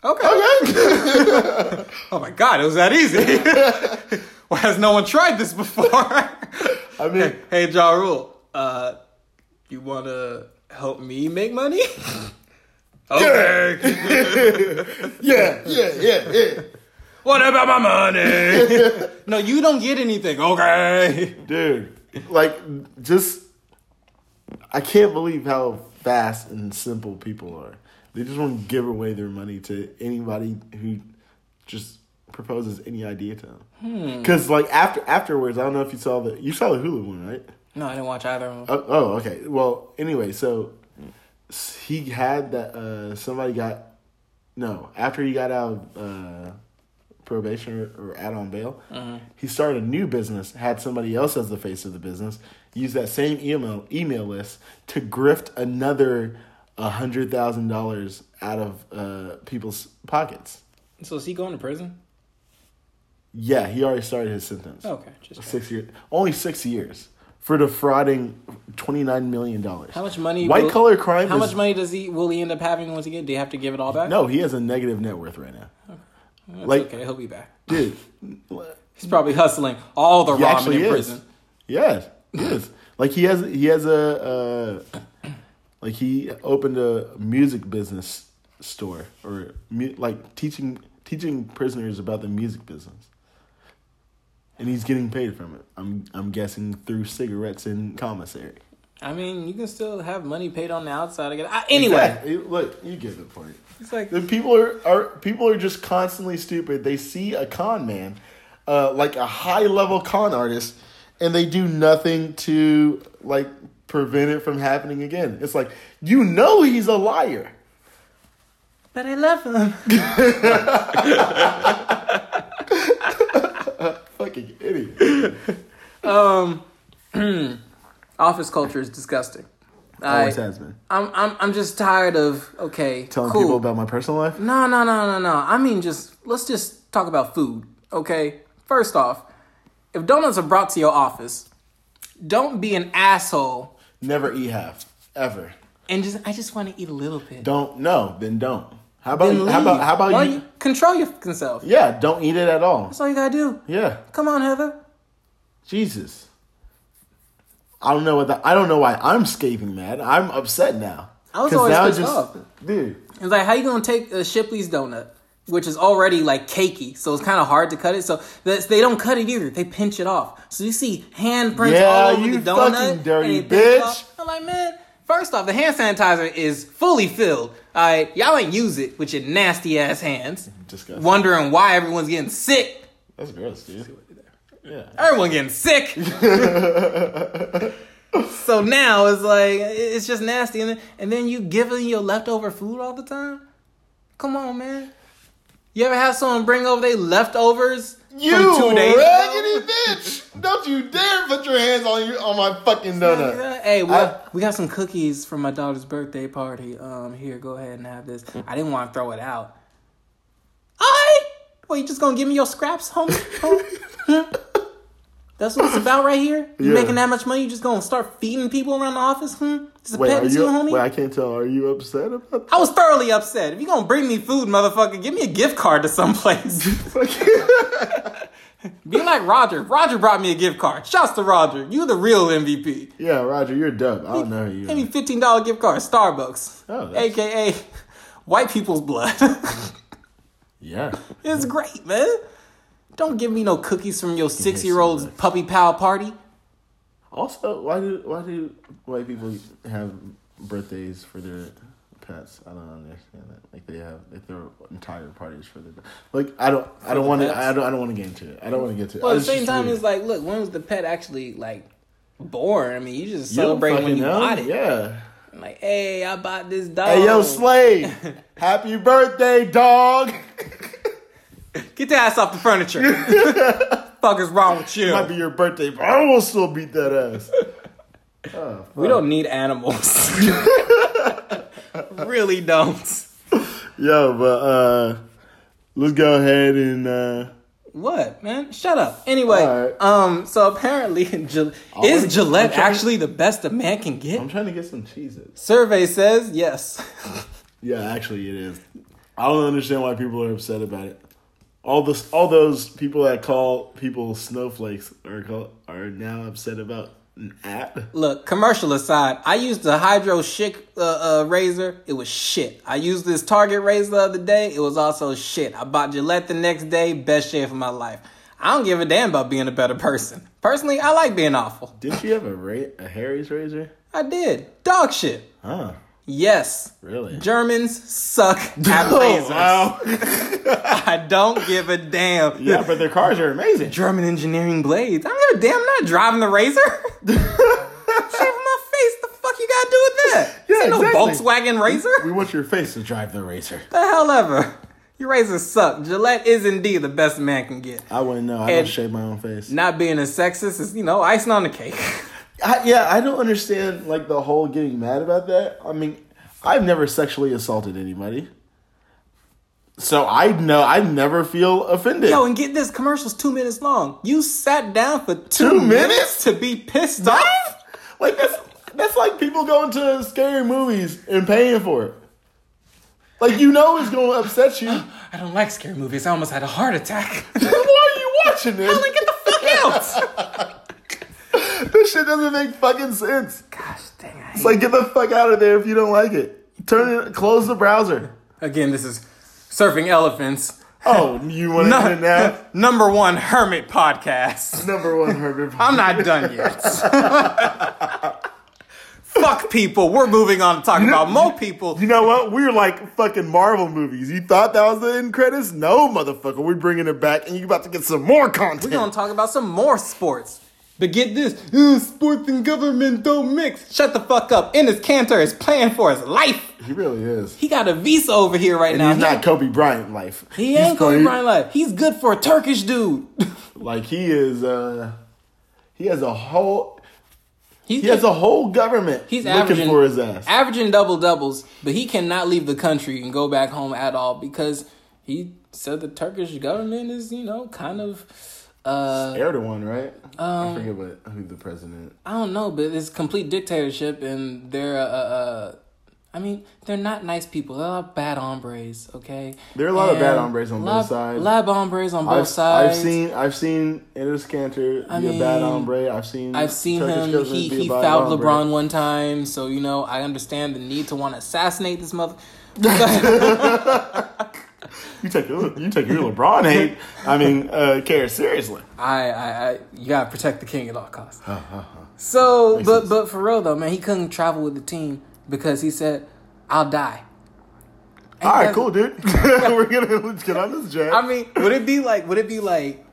Okay.
Okay.
*laughs* Oh my God, it was that easy. *laughs* Why has no one tried this before? *laughs* I
mean-
hey, hey Ja Rule, uh, you want to help me make *laughs* money? okay.
yeah, yeah, yeah, yeah.
What about my *laughs* money? no, you don't get anything. Okay.
Dude, like, just. I can't believe how fast and simple people are. They just want to give away their money to anybody who just proposes any idea to them. Because, like, after afterwards, I don't know if you saw the. You saw the Hulu one, right?
No, I didn't watch either of them.
Oh, oh, okay. Well, anyway, so s- he had that. Uh, somebody got no after he got out of uh, probation or, or out on bail. He started a new business. Had somebody else as the face of the business. Used that same email email list to grift another hundred thousand dollars out of uh, people's pockets.
So is he going to prison?
Yeah, he already started his sentence.
Okay, just
Six years, only six years for defrauding twenty nine million dollars.
how much money?
White
will-
collar crime.
How
is,
much money does he will he end up having once again? Do you have to give it all back?
No, he has a negative net worth right now,
That's
like-
okay, he'll be back.
dude.
He's probably hustling all the
He
ramen in
actually is.
prison.
Yes, he is. Like he has, he has a, uh, like he opened a music business store or mu- like teaching teaching prisoners about the music business, and he's getting paid from it. I'm I'm guessing through cigarettes in commissary.
I mean, you can still have money paid on the outside again. I, anyway,
Exactly. look, you get the point.
it's like
The people are, are people are just constantly stupid. They see a con man, uh, like a high level con artist, and they do nothing to like prevent it from happening again. It's like you know he's a liar.
But I love him. *laughs*
Fucking idiot.
Office culture is disgusting. I,
Always has been.
I'm, I'm, I'm just tired of okay.
Telling
cool.
people about my personal life.
No, no, no, no, no. I mean, just let's just talk about food, okay? First off, if donuts are brought to your office, don't be an asshole
Never eat half. Ever.
and just I just want to eat a little bit.
Don't no, then don't. How about
Then
how about
leave.
how about
Well,
you,
control your fucking self?
Yeah, don't eat it at all.
That's all you gotta do.
Yeah.
Come on, Heather.
Jesus. I don't know what the, I don't know why I'm scathing mad. I'm upset now.
I was
'Cause
always
now
pissed
just-
off.
Dude,
It's like how you gonna take uh, Shipley's donut, which is already like cakey, so it's kind of hard to cut it. So that's, they don't cut it either; they pinch it off. So you see handprints
Yeah,
all over
you
the donut.
fucking
and
dirty
they pinch it
bitch.
off. I'm like, man. First off, the hand sanitizer is fully filled. All right, y'all ain't use it with your nasty ass hands.
Disgusting.
Wondering why everyone's getting sick.
that's gross, dude. Yeah.
Everyone getting sick. so now it's like it- it's just nasty, and then, and then you giving your leftover food all the time. Come on, man. You ever have someone bring over their leftovers
You
from two days ago?
raggedy bitch! Don't you dare put your hands on you on my fucking donut.
Hey, we,
I-
we got some cookies from my daughter's birthday party. Um, here, go ahead and have this. I didn't want to throw it out. I well, you just gonna give me your scraps, homie? homie?
*laughs*
That's what it's about right here. You
Yeah.
making that much money? You just gonna start feeding people around the office? Hmm. It's a
Wait, are
pet too,
you?
homie.
Wait, I can't tell. Are you upset about
I was thoroughly upset. If you gonna bring me food, motherfucker, give me a gift card to someplace.
*laughs* that?
Be like Roger. Roger brought me a gift card. Shouts to Roger. You the real MVP.
yeah, Roger, you're a dub. I don't know who you.
Give me
Are.
fifteen dollar gift card, Starbucks,
Oh, that's-
aka white people's blood. *laughs*
Yeah.
it's
Hmm.
great, man. Don't give me no cookies from your six year old's puppy pal party.
Also, why do why do white people have birthdays for their pets? I don't understand that. Like they have like their entire parties for their like I don't I don't want to I don't I don't want to get into it. I don't want to get into it.
Well, at the
It's
same
just
time,
weird.
it's like, look, when was the pet actually like born? I mean, you just
You don't
celebrate when
fucking
you
know.
bought it. *laughs* Oh.
Yeah.
Like, hey, I bought this dog.
Hey
*laughs*
yo, Slade! Happy birthday, dog! *laughs*
Get the ass off the furniture. Fuck fuck is wrong with you?
Might be your birthday, but I will still beat that ass. Oh, fuck.
We don't need animals. *laughs* really don't.
Yo, but uh, let's go ahead and uh,
What man? Shut up. Anyway,
Alright. Oh,
um, so apparently, *laughs* Gil-
I'm
is Gillette
trying-
actually the best a man can get?
I'm trying to get some cheeses.
Survey says yes. *laughs*
Yeah, actually, it is. I don't understand why people are upset about it. All this, all those people that call people snowflakes are call, are now upset about an app.
Look, commercial aside, I used the Hydro Chic uh, uh, razor. It was shit. I used this Target razor the other day. It was also shit. I bought Gillette the next day. Best shave of my life. I don't give a damn about being a better person. Personally, I like being awful.
Didn't you have a ra- a Harry's razor?
I did. Dog shit.
Huh?
Yes.
Really?
Germans suck at
*laughs* Oh,
lasers.
wow.
*laughs* I don't give a damn.
*laughs* yeah, but their cars are amazing.
German engineering blades. I don't give a damn. I'm not driving the *laughs* razor. Shave my face. The fuck you gotta do with that?
Yeah,
This ain't
exactly.
no Volkswagen razor.
We want your face to drive the razor.
the hell ever. Your razors suck. Gillette is indeed the best a man can get.
I wouldn't know. I don't
And-
shave my own face.
Not being a sexist is, you know, icing on the cake. *laughs*
I, yeah, I don't understand like the whole getting mad about that. I mean, I've never sexually assaulted anybody, so I know I never feel offended.
Yo, and get this commercial's two minutes long. You sat down for two,
Two
minutes?
minutes?
to be pissed off?
like that's that's like people going to scary movies and paying for it. Like you know it's going to
*gasps*
upset you.
I don't like scary movies. I almost had a heart *laughs* attack.
Why are you watching this?
get the fuck out!
This shit doesn't make fucking sense.
Gosh dang it.
It's like get the fuck out of there if you don't like it. Turn it. Close the browser.
Again, this is Surfing Elephants.
Oh, you
*laughs*
want to
No-
no. it now?
number one hermit podcast.
Number
*laughs*
one, Herbert.
I'm not done yet. *laughs* Fuck people. We're moving on to talk about more people.
You know what? We're like fucking Marvel movies. You thought that was the end credits? No, motherfucker. We're bringing it back, and you about to get some more content.
We're gonna talk about some more sports. But get this, "Ugh, sports and government don't mix. Shut the fuck up. Ennis Cantor is playing for his life.
he really is.
He got a visa over here right now.
He's
He-
not Kobe Bryant life.
he
He's
ain't going
playing-
Brian life. He's good for a Turkish dude. *laughs*
Like he is. uh He has a whole.
He,
He has a whole government
He's
looking
averaging
for his ass.
averaging double doubles, but he cannot leave the country and go back home at all because he said the Turkish government is, you know, kind of uh
Erdogan, right?
Um,
I forget what who the president.
I don't know, but it's complete dictatorship and they're uh, uh I mean, they're not nice people. They're a lot of bad hombres, okay?
There are a lot of bad
And
hombres on
lot-
both sides.
A lot of hombres on both
I've,
sides.
I've seen I've seen Ennis Cantor be a bad
mean,
hombre. I've seen
I've seen
Turkish
him.
government
He
be a
he
bad
fouled
hombre.
LeBron one time, so you know I understand the need to want to assassinate this mother.
You take your, you take your LeBron hate. I mean, uh, care seriously.
I, I, I, you gotta protect the king at all costs. so, but,
sense.
but for real though, man, he couldn't travel with the team because he said, "I'll die."
All
that's-
right, cool, dude.
*laughs*
*laughs* We're gonna let's get on this jet.
I mean, would it be like? Would it be like?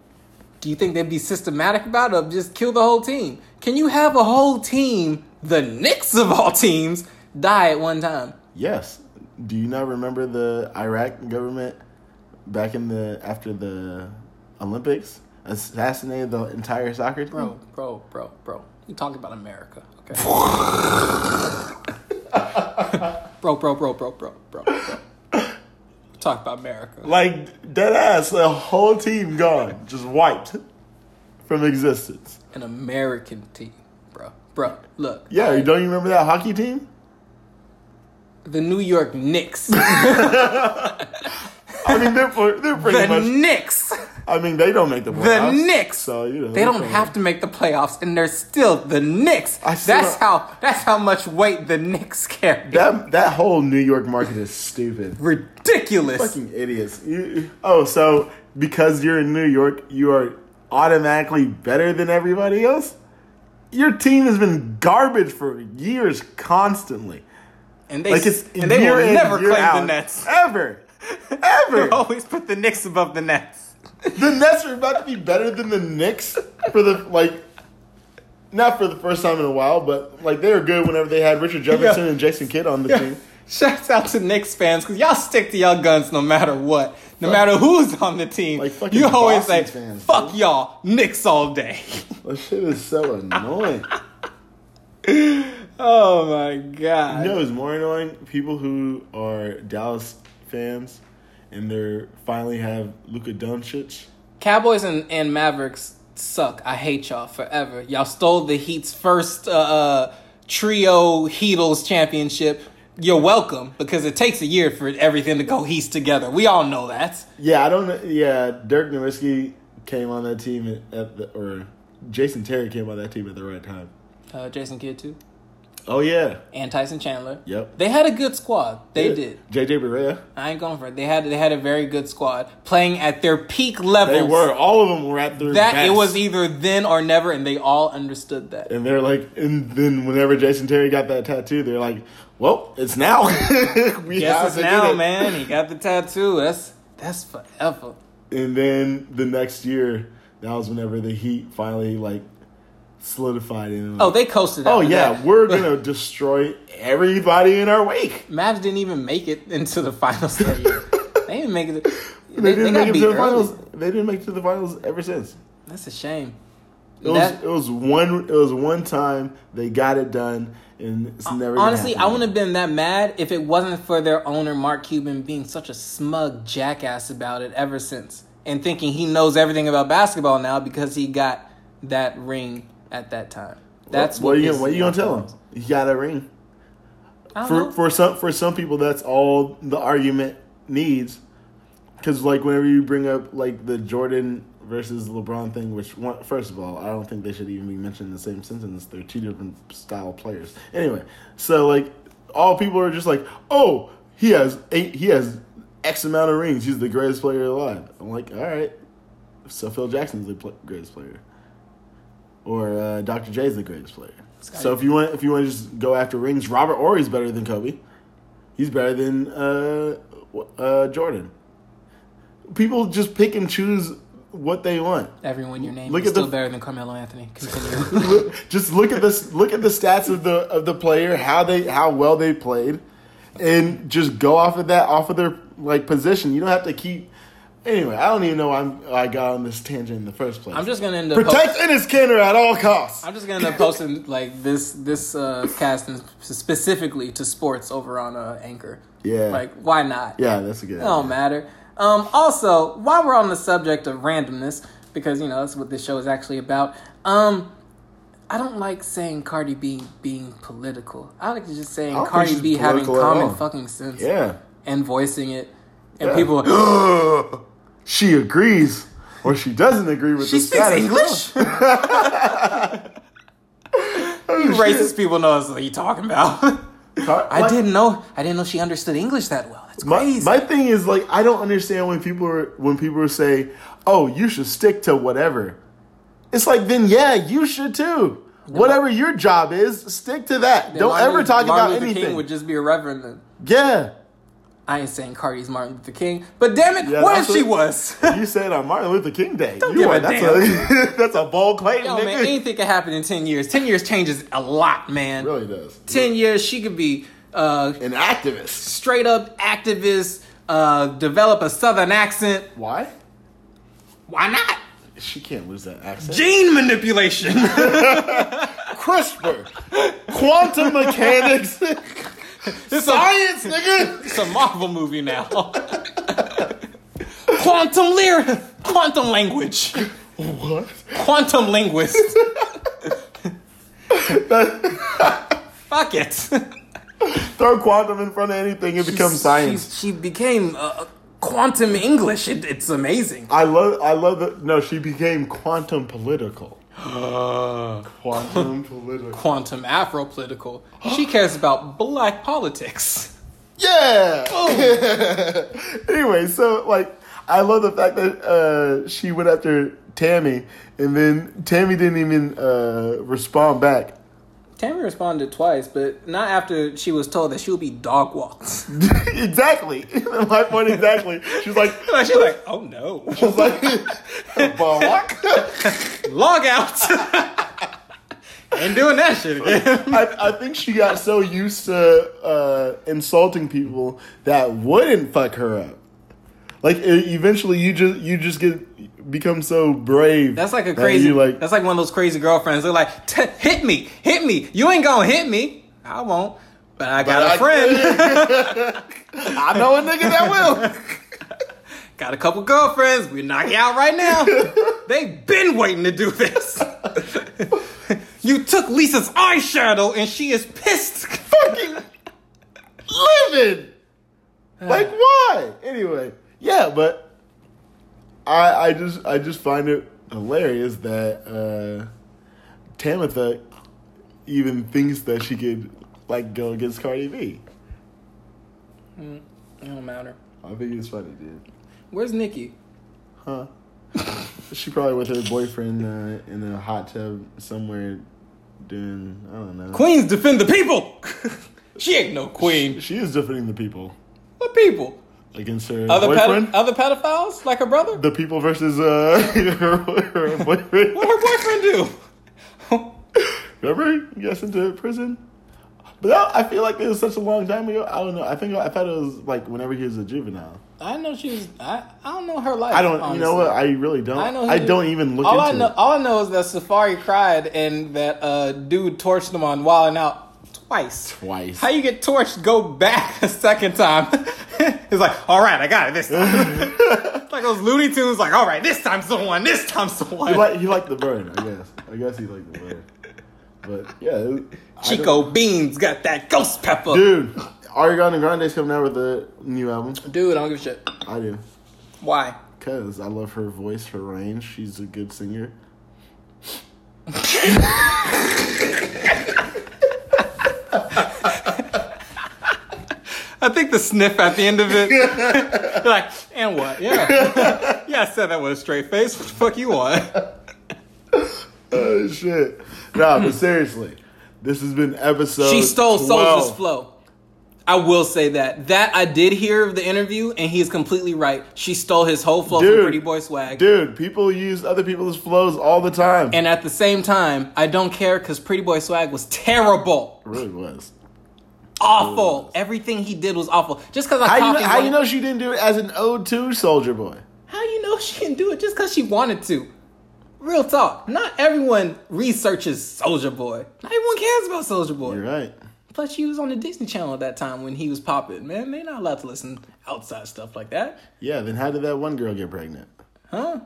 Do you think they'd be systematic about it? Or just kill the whole team? Can you have a whole team, the Knicks of all teams, die at one time?
yes. Do you not remember the Iraq government back in the after the Olympics assassinated the entire soccer team?
Bro, bro, bro, bro. You talking about America, okay? *laughs* bro, bro, bro, bro, bro, bro, bro. Talk about America.
Like dead ass, the whole team gone, just wiped from existence.
An American team, bro. Bro, look.
Yeah, don't you remember that hockey team?
The New York
*laughs*
Knicks.
I mean, they're pre- they're pretty
The
much.
Knicks.
I mean, they don't make the
The
playoffs,
Knicks.
So you know
they don't
have
have to make the playoffs, and they're still the Knicks.
I still
That's
don't-
how. That's how much weight the Knicks carry.
That that whole New York market is stupid.
Ridiculous.
Fucking idiots. You, oh, so because you're in New York, you are automatically better than everybody else? Your team has been garbage for years constantly.
And they.
Like it's
and they
year
will
in,
never
year
claim the
out.
Nets. *laughs*
Ever. Ever.
Always put the Knicks above the Nets.
the Nets are about to be better than the Knicks for the like not for the first time in a while, but like they were good whenever they had Richard
*laughs*
Jefferson and Jason Kidd on the team.
Shouts out to Knicks fans because y'all stick to y'all guns no matter what. No matter who's on the team,
Like fucking
you always
Boston
say,
fans,
"Fuck y'all, Knicks all day."
That shit is so annoying.
oh my god!
You know, it's more annoying people who are Dallas fans and they're finally have Luka Doncic.
Cowboys and, and Mavericks suck. I hate y'all forever. Y'all stole the Heat's first uh, uh, trio Heatles championship. You're welcome because it takes a year for everything to cohese together. We all know that.
Yeah, I don't. know. Yeah, Dirk Nowitzki came on that team at, at the or Jason Terry came on that team at the right time.
Uh, Jason Kidd too,
Oh yeah,
and Tyson Chandler.
Yep.
They had a good squad. They
Yeah.
did.
JJ Barea.
I ain't going for it. They had they had a very good squad playing at their peak levels.
They were all of them were at their
that it
best.
was e- either then or never, and they all understood that.
and they're like, and then whenever Jason Terry got that tattoo, they're like, well, it's now. *laughs* we have
Yes,
to
it's
get
now,
it.
man. He got the tattoo. That's that's forever.
and then the next year, that was whenever the Heat finally like solidified in.
Oh, they coasted.
oh
after
yeah,
that.
we're gonna destroy everybody in our wake.
Mavs didn't even make it *laughs* into the finals that
*laughs*
year. they didn't make it. They,
They,
they
didn't
got
make it
beat
to the
early.
finals. They didn't make it to the finals ever since.
That's a shame.
It was
That-
it was one it was one time they got it done, and it's never. gonna
Uh, Honestly,
happen
I wouldn't have
again.
been that mad if it wasn't for their owner Mark Cuban being such a smug jackass about it ever since, and thinking he knows everything about basketball now because he got that ring at that time. That's
what,
what.
are you
pissed
gonna- what are you
me
gonna
off
tell
the
him?
most.
He got a ring.
I don't know.
for for some for some people that's all the argument needs because like whenever you bring up like the jordan versus lebron thing which one, first of all i don't think they should even be mentioned in the same sentence they're two different style players anyway so like all people are just like oh he has eight he has x amount of rings he's the greatest player alive i'm like all right so phil jackson's the pl- greatest player or uh, Dr. J is the greatest player.
Scotty.
So if you want, if you want to just go after rings, Robert Ory's better than Kobe. He's better than uh, w- uh, Jordan. People just pick and choose what they want.
Everyone your name
Look
is
at the-
still better than Carmelo Anthony. Continue.
Look- just look at this. Look at the stats of the of the player, how they how well they played, and just go off of that, off of their like position. You don't have to keep. Anyway, I don't even know why I'm, I got on this tangent in the first
*laughs*
place.
I'm just gonna end up
protect Ennis Canner at all costs.
I'm just gonna end up posting like this this uh, cast and specifically to sports over on uh, Anchor.
Yeah.
Like why not?
*laughs* yeah, that's a good.
It don't matter. Um, also, while we're on the subject of randomness, because you know that's what this show is actually about. Um, I don't like saying Cardi B being political. I like just saying
don't think
Cardi
she's
B having
political at all.
common fucking sense
Yeah.
and voicing it, and
Yeah.
people. Are, "Oh,
she agrees or she Oh. doesn't agree with
she
the
speaks
status quo.
English.
Oh,
You racist people know what you talking about. *laughs*
Car-
I
like,
didn't know. I didn't know she understood English that well. That's
My,
crazy.
my thing is like I don't understand when people are when people say, "Oh, you should stick to whatever." It's like then yeah, you should too. Whatever your job is, stick to that.
And
don't
Martin
ever
Luther-
talk
Martin
about
Luther
anything.
King would just be a reverend. Then.
yeah,
I ain't saying Cardi's Martin Luther King, but damn it,
Yeah,
what if
that's
she
what-
was? *laughs*
you said on Martin Luther King Day. you
give
are-
a
that's
damn.
a *laughs* that's a bold claim,
Yo,
nigga.
man, anything can happen in ten years. Ten years changes a lot, man.
really does.
Ten years, she could be uh,
An activist.
straight up activist, uh, develop a Southern accent.
Why?
Why not?
She can't lose that accent.
Gene manipulation.
*laughs* CRISPR, quantum
*laughs*
mechanics, *laughs* science, nigga.
It's a Marvel movie now. *laughs* quantum lyric, quantum language,
What?
quantum
*laughs*
linguist. Fuck it.
Throw quantum in front of anything, it becomes science.
She, she became uh, quantum English. It, it's amazing.
I love, I love the no. She became quantum political. *gasps* *laughs* Quantum political.
Quantum Afro political. She cares about black politics.
Yeah. Oh. *laughs* anyway, so like, I love the fact that uh, she went after Tammy, and then Tammy didn't even uh, respond back.
Tammy responded twice, but not after she was told that she would be dog walked.
*laughs* exactly. *laughs* My point exactly. She's like,
*laughs*
*laughs*
She's like, oh no.
she's *laughs* like, "Ball walk."
log out. *laughs* Ain't doing that shit again.
*laughs* I, I think she got so used to uh, insulting people that wouldn't fuck her up. Like e- eventually, you just you just get become so brave.
That's like a
that
crazy.
you like
that's like one of those crazy girlfriends. They're like, "T- hit me, hit me. You ain't gonna hit me. I won't. But I got a
I-
friend.
*laughs* I know a nigga that
*laughs*
will.
got a couple girlfriends. We knock you out right
*laughs*
now. They've been waiting to do this. you took Lisa's eyeshadow, and she is pissed. *laughs*
Fucking
*sighs*
living. Like why? Anyway, yeah, but I I just I just find it hilarious that uh Tamitha even thinks that she could like go against Cardi B.
It don't matter.
I think it's funny, dude.
Where's Nikki?
Huh? *laughs* she probably with her boyfriend uh, in a hot tub somewhere doing I don't know.
Queens defend the people. *laughs* she ain't no queen.
She is defending the people
What people?
against her
Other
boyfriend.
ped- other pedophiles like her brother.
the people versus uh *laughs* her, her boyfriend.
What her
*laughs*
boyfriend do? *laughs*
Remember, he got sent to prison. But that, I feel like it was such a long time ago. I don't know. I think I thought it was like whenever he was a juvenile.
I know she was. I, I don't know her life.
I don't.
honestly.
You know what? I really don't. I,
I know. who-
don't even look
all
into
I know,
it.
All I know is that Safari cried and that uh, dude torched him on Wild 'N Out twice.
Twice.
How you get torched? Go back a second time. *laughs* He's like, all right, I got it this time.
*laughs*
It's like those Looney Tunes, like, all right, this time someone, this time someone.
He like he liked the burn. I guess. I guess he liked the burn. But yeah, it, I don't-
Chico Beans got that ghost pepper. Dude.
Dude, Ariana Grande's coming out with a new album.
I don't give a shit.
I do.
Why?
Because I love her voice, her range. She's a good singer.
I think the sniff at the end of
*laughs*
it. You're like, and what? Yeah. yeah, *laughs* I said that with a straight face. What the fuck you want?
Oh, shit. Nah, but seriously, this has been episode.
She stole
12.
Soldier's flow. I will say that. That I did hear of the interview, and he's completely right. She stole his whole flow
Dude.
from Pretty Boy Swag.
Dude, people use other people's flows all the time.
And at the same time, I don't care because Pretty Boy Swag was terrible.
it really was.
Awful. Everything he did was awful. Just because I
How you,
copied
know, how
one-
you know she didn't do it as an ode to Soldier Boy?
how you know she can do it just because she wanted to? Real talk. Not everyone researches Soldier Boy. Not everyone cares about Soldier Boy.
You're right.
Plus, she was on the Disney Channel at that time when he was popping. Man, they're not allowed to listen outside stuff like that.
Yeah, then how did that one girl get pregnant?
Huh?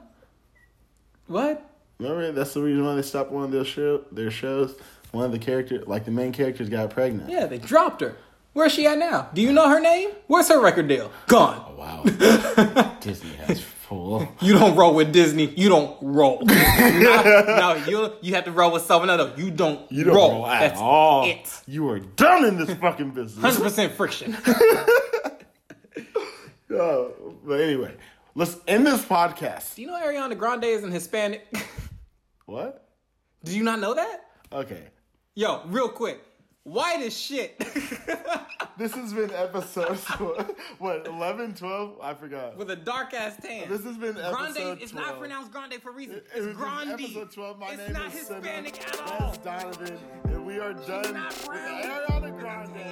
What?
Remember, that's the reason why they stopped one of their show their shows. One of the character, like the main characters, got pregnant.
Yeah, they dropped her. Where's she at now? Do you know her name? Where's her record deal? Gone. *laughs*
Wow, Disney has full.
You don't roll with Disney. You don't roll. *laughs* no, no, you you have to roll with someone else. You don't.
You don't
roll.
roll at
That's
all.
It.
You are done in this fucking business.
Hundred percent friction. *laughs*
Oh, but anyway, let's end this podcast.
Do you know Ariana Grande is an Hispanic? *laughs*
What?
Do you not know that?
Okay.
Yo, real quick. White as shit. *laughs*
This has been episode *laughs* what 11, 12? I forgot.
With a dark ass tan.
This has been
Grande.
episode
It's not
12.
pronounced Grande for a reason.
It
It's
was
Grande.
Episode 12. My
it's
name
not
is Simon.
Hispanic at all.
That's Donovan, and we are done
not
with
brown.
Ariana Grande.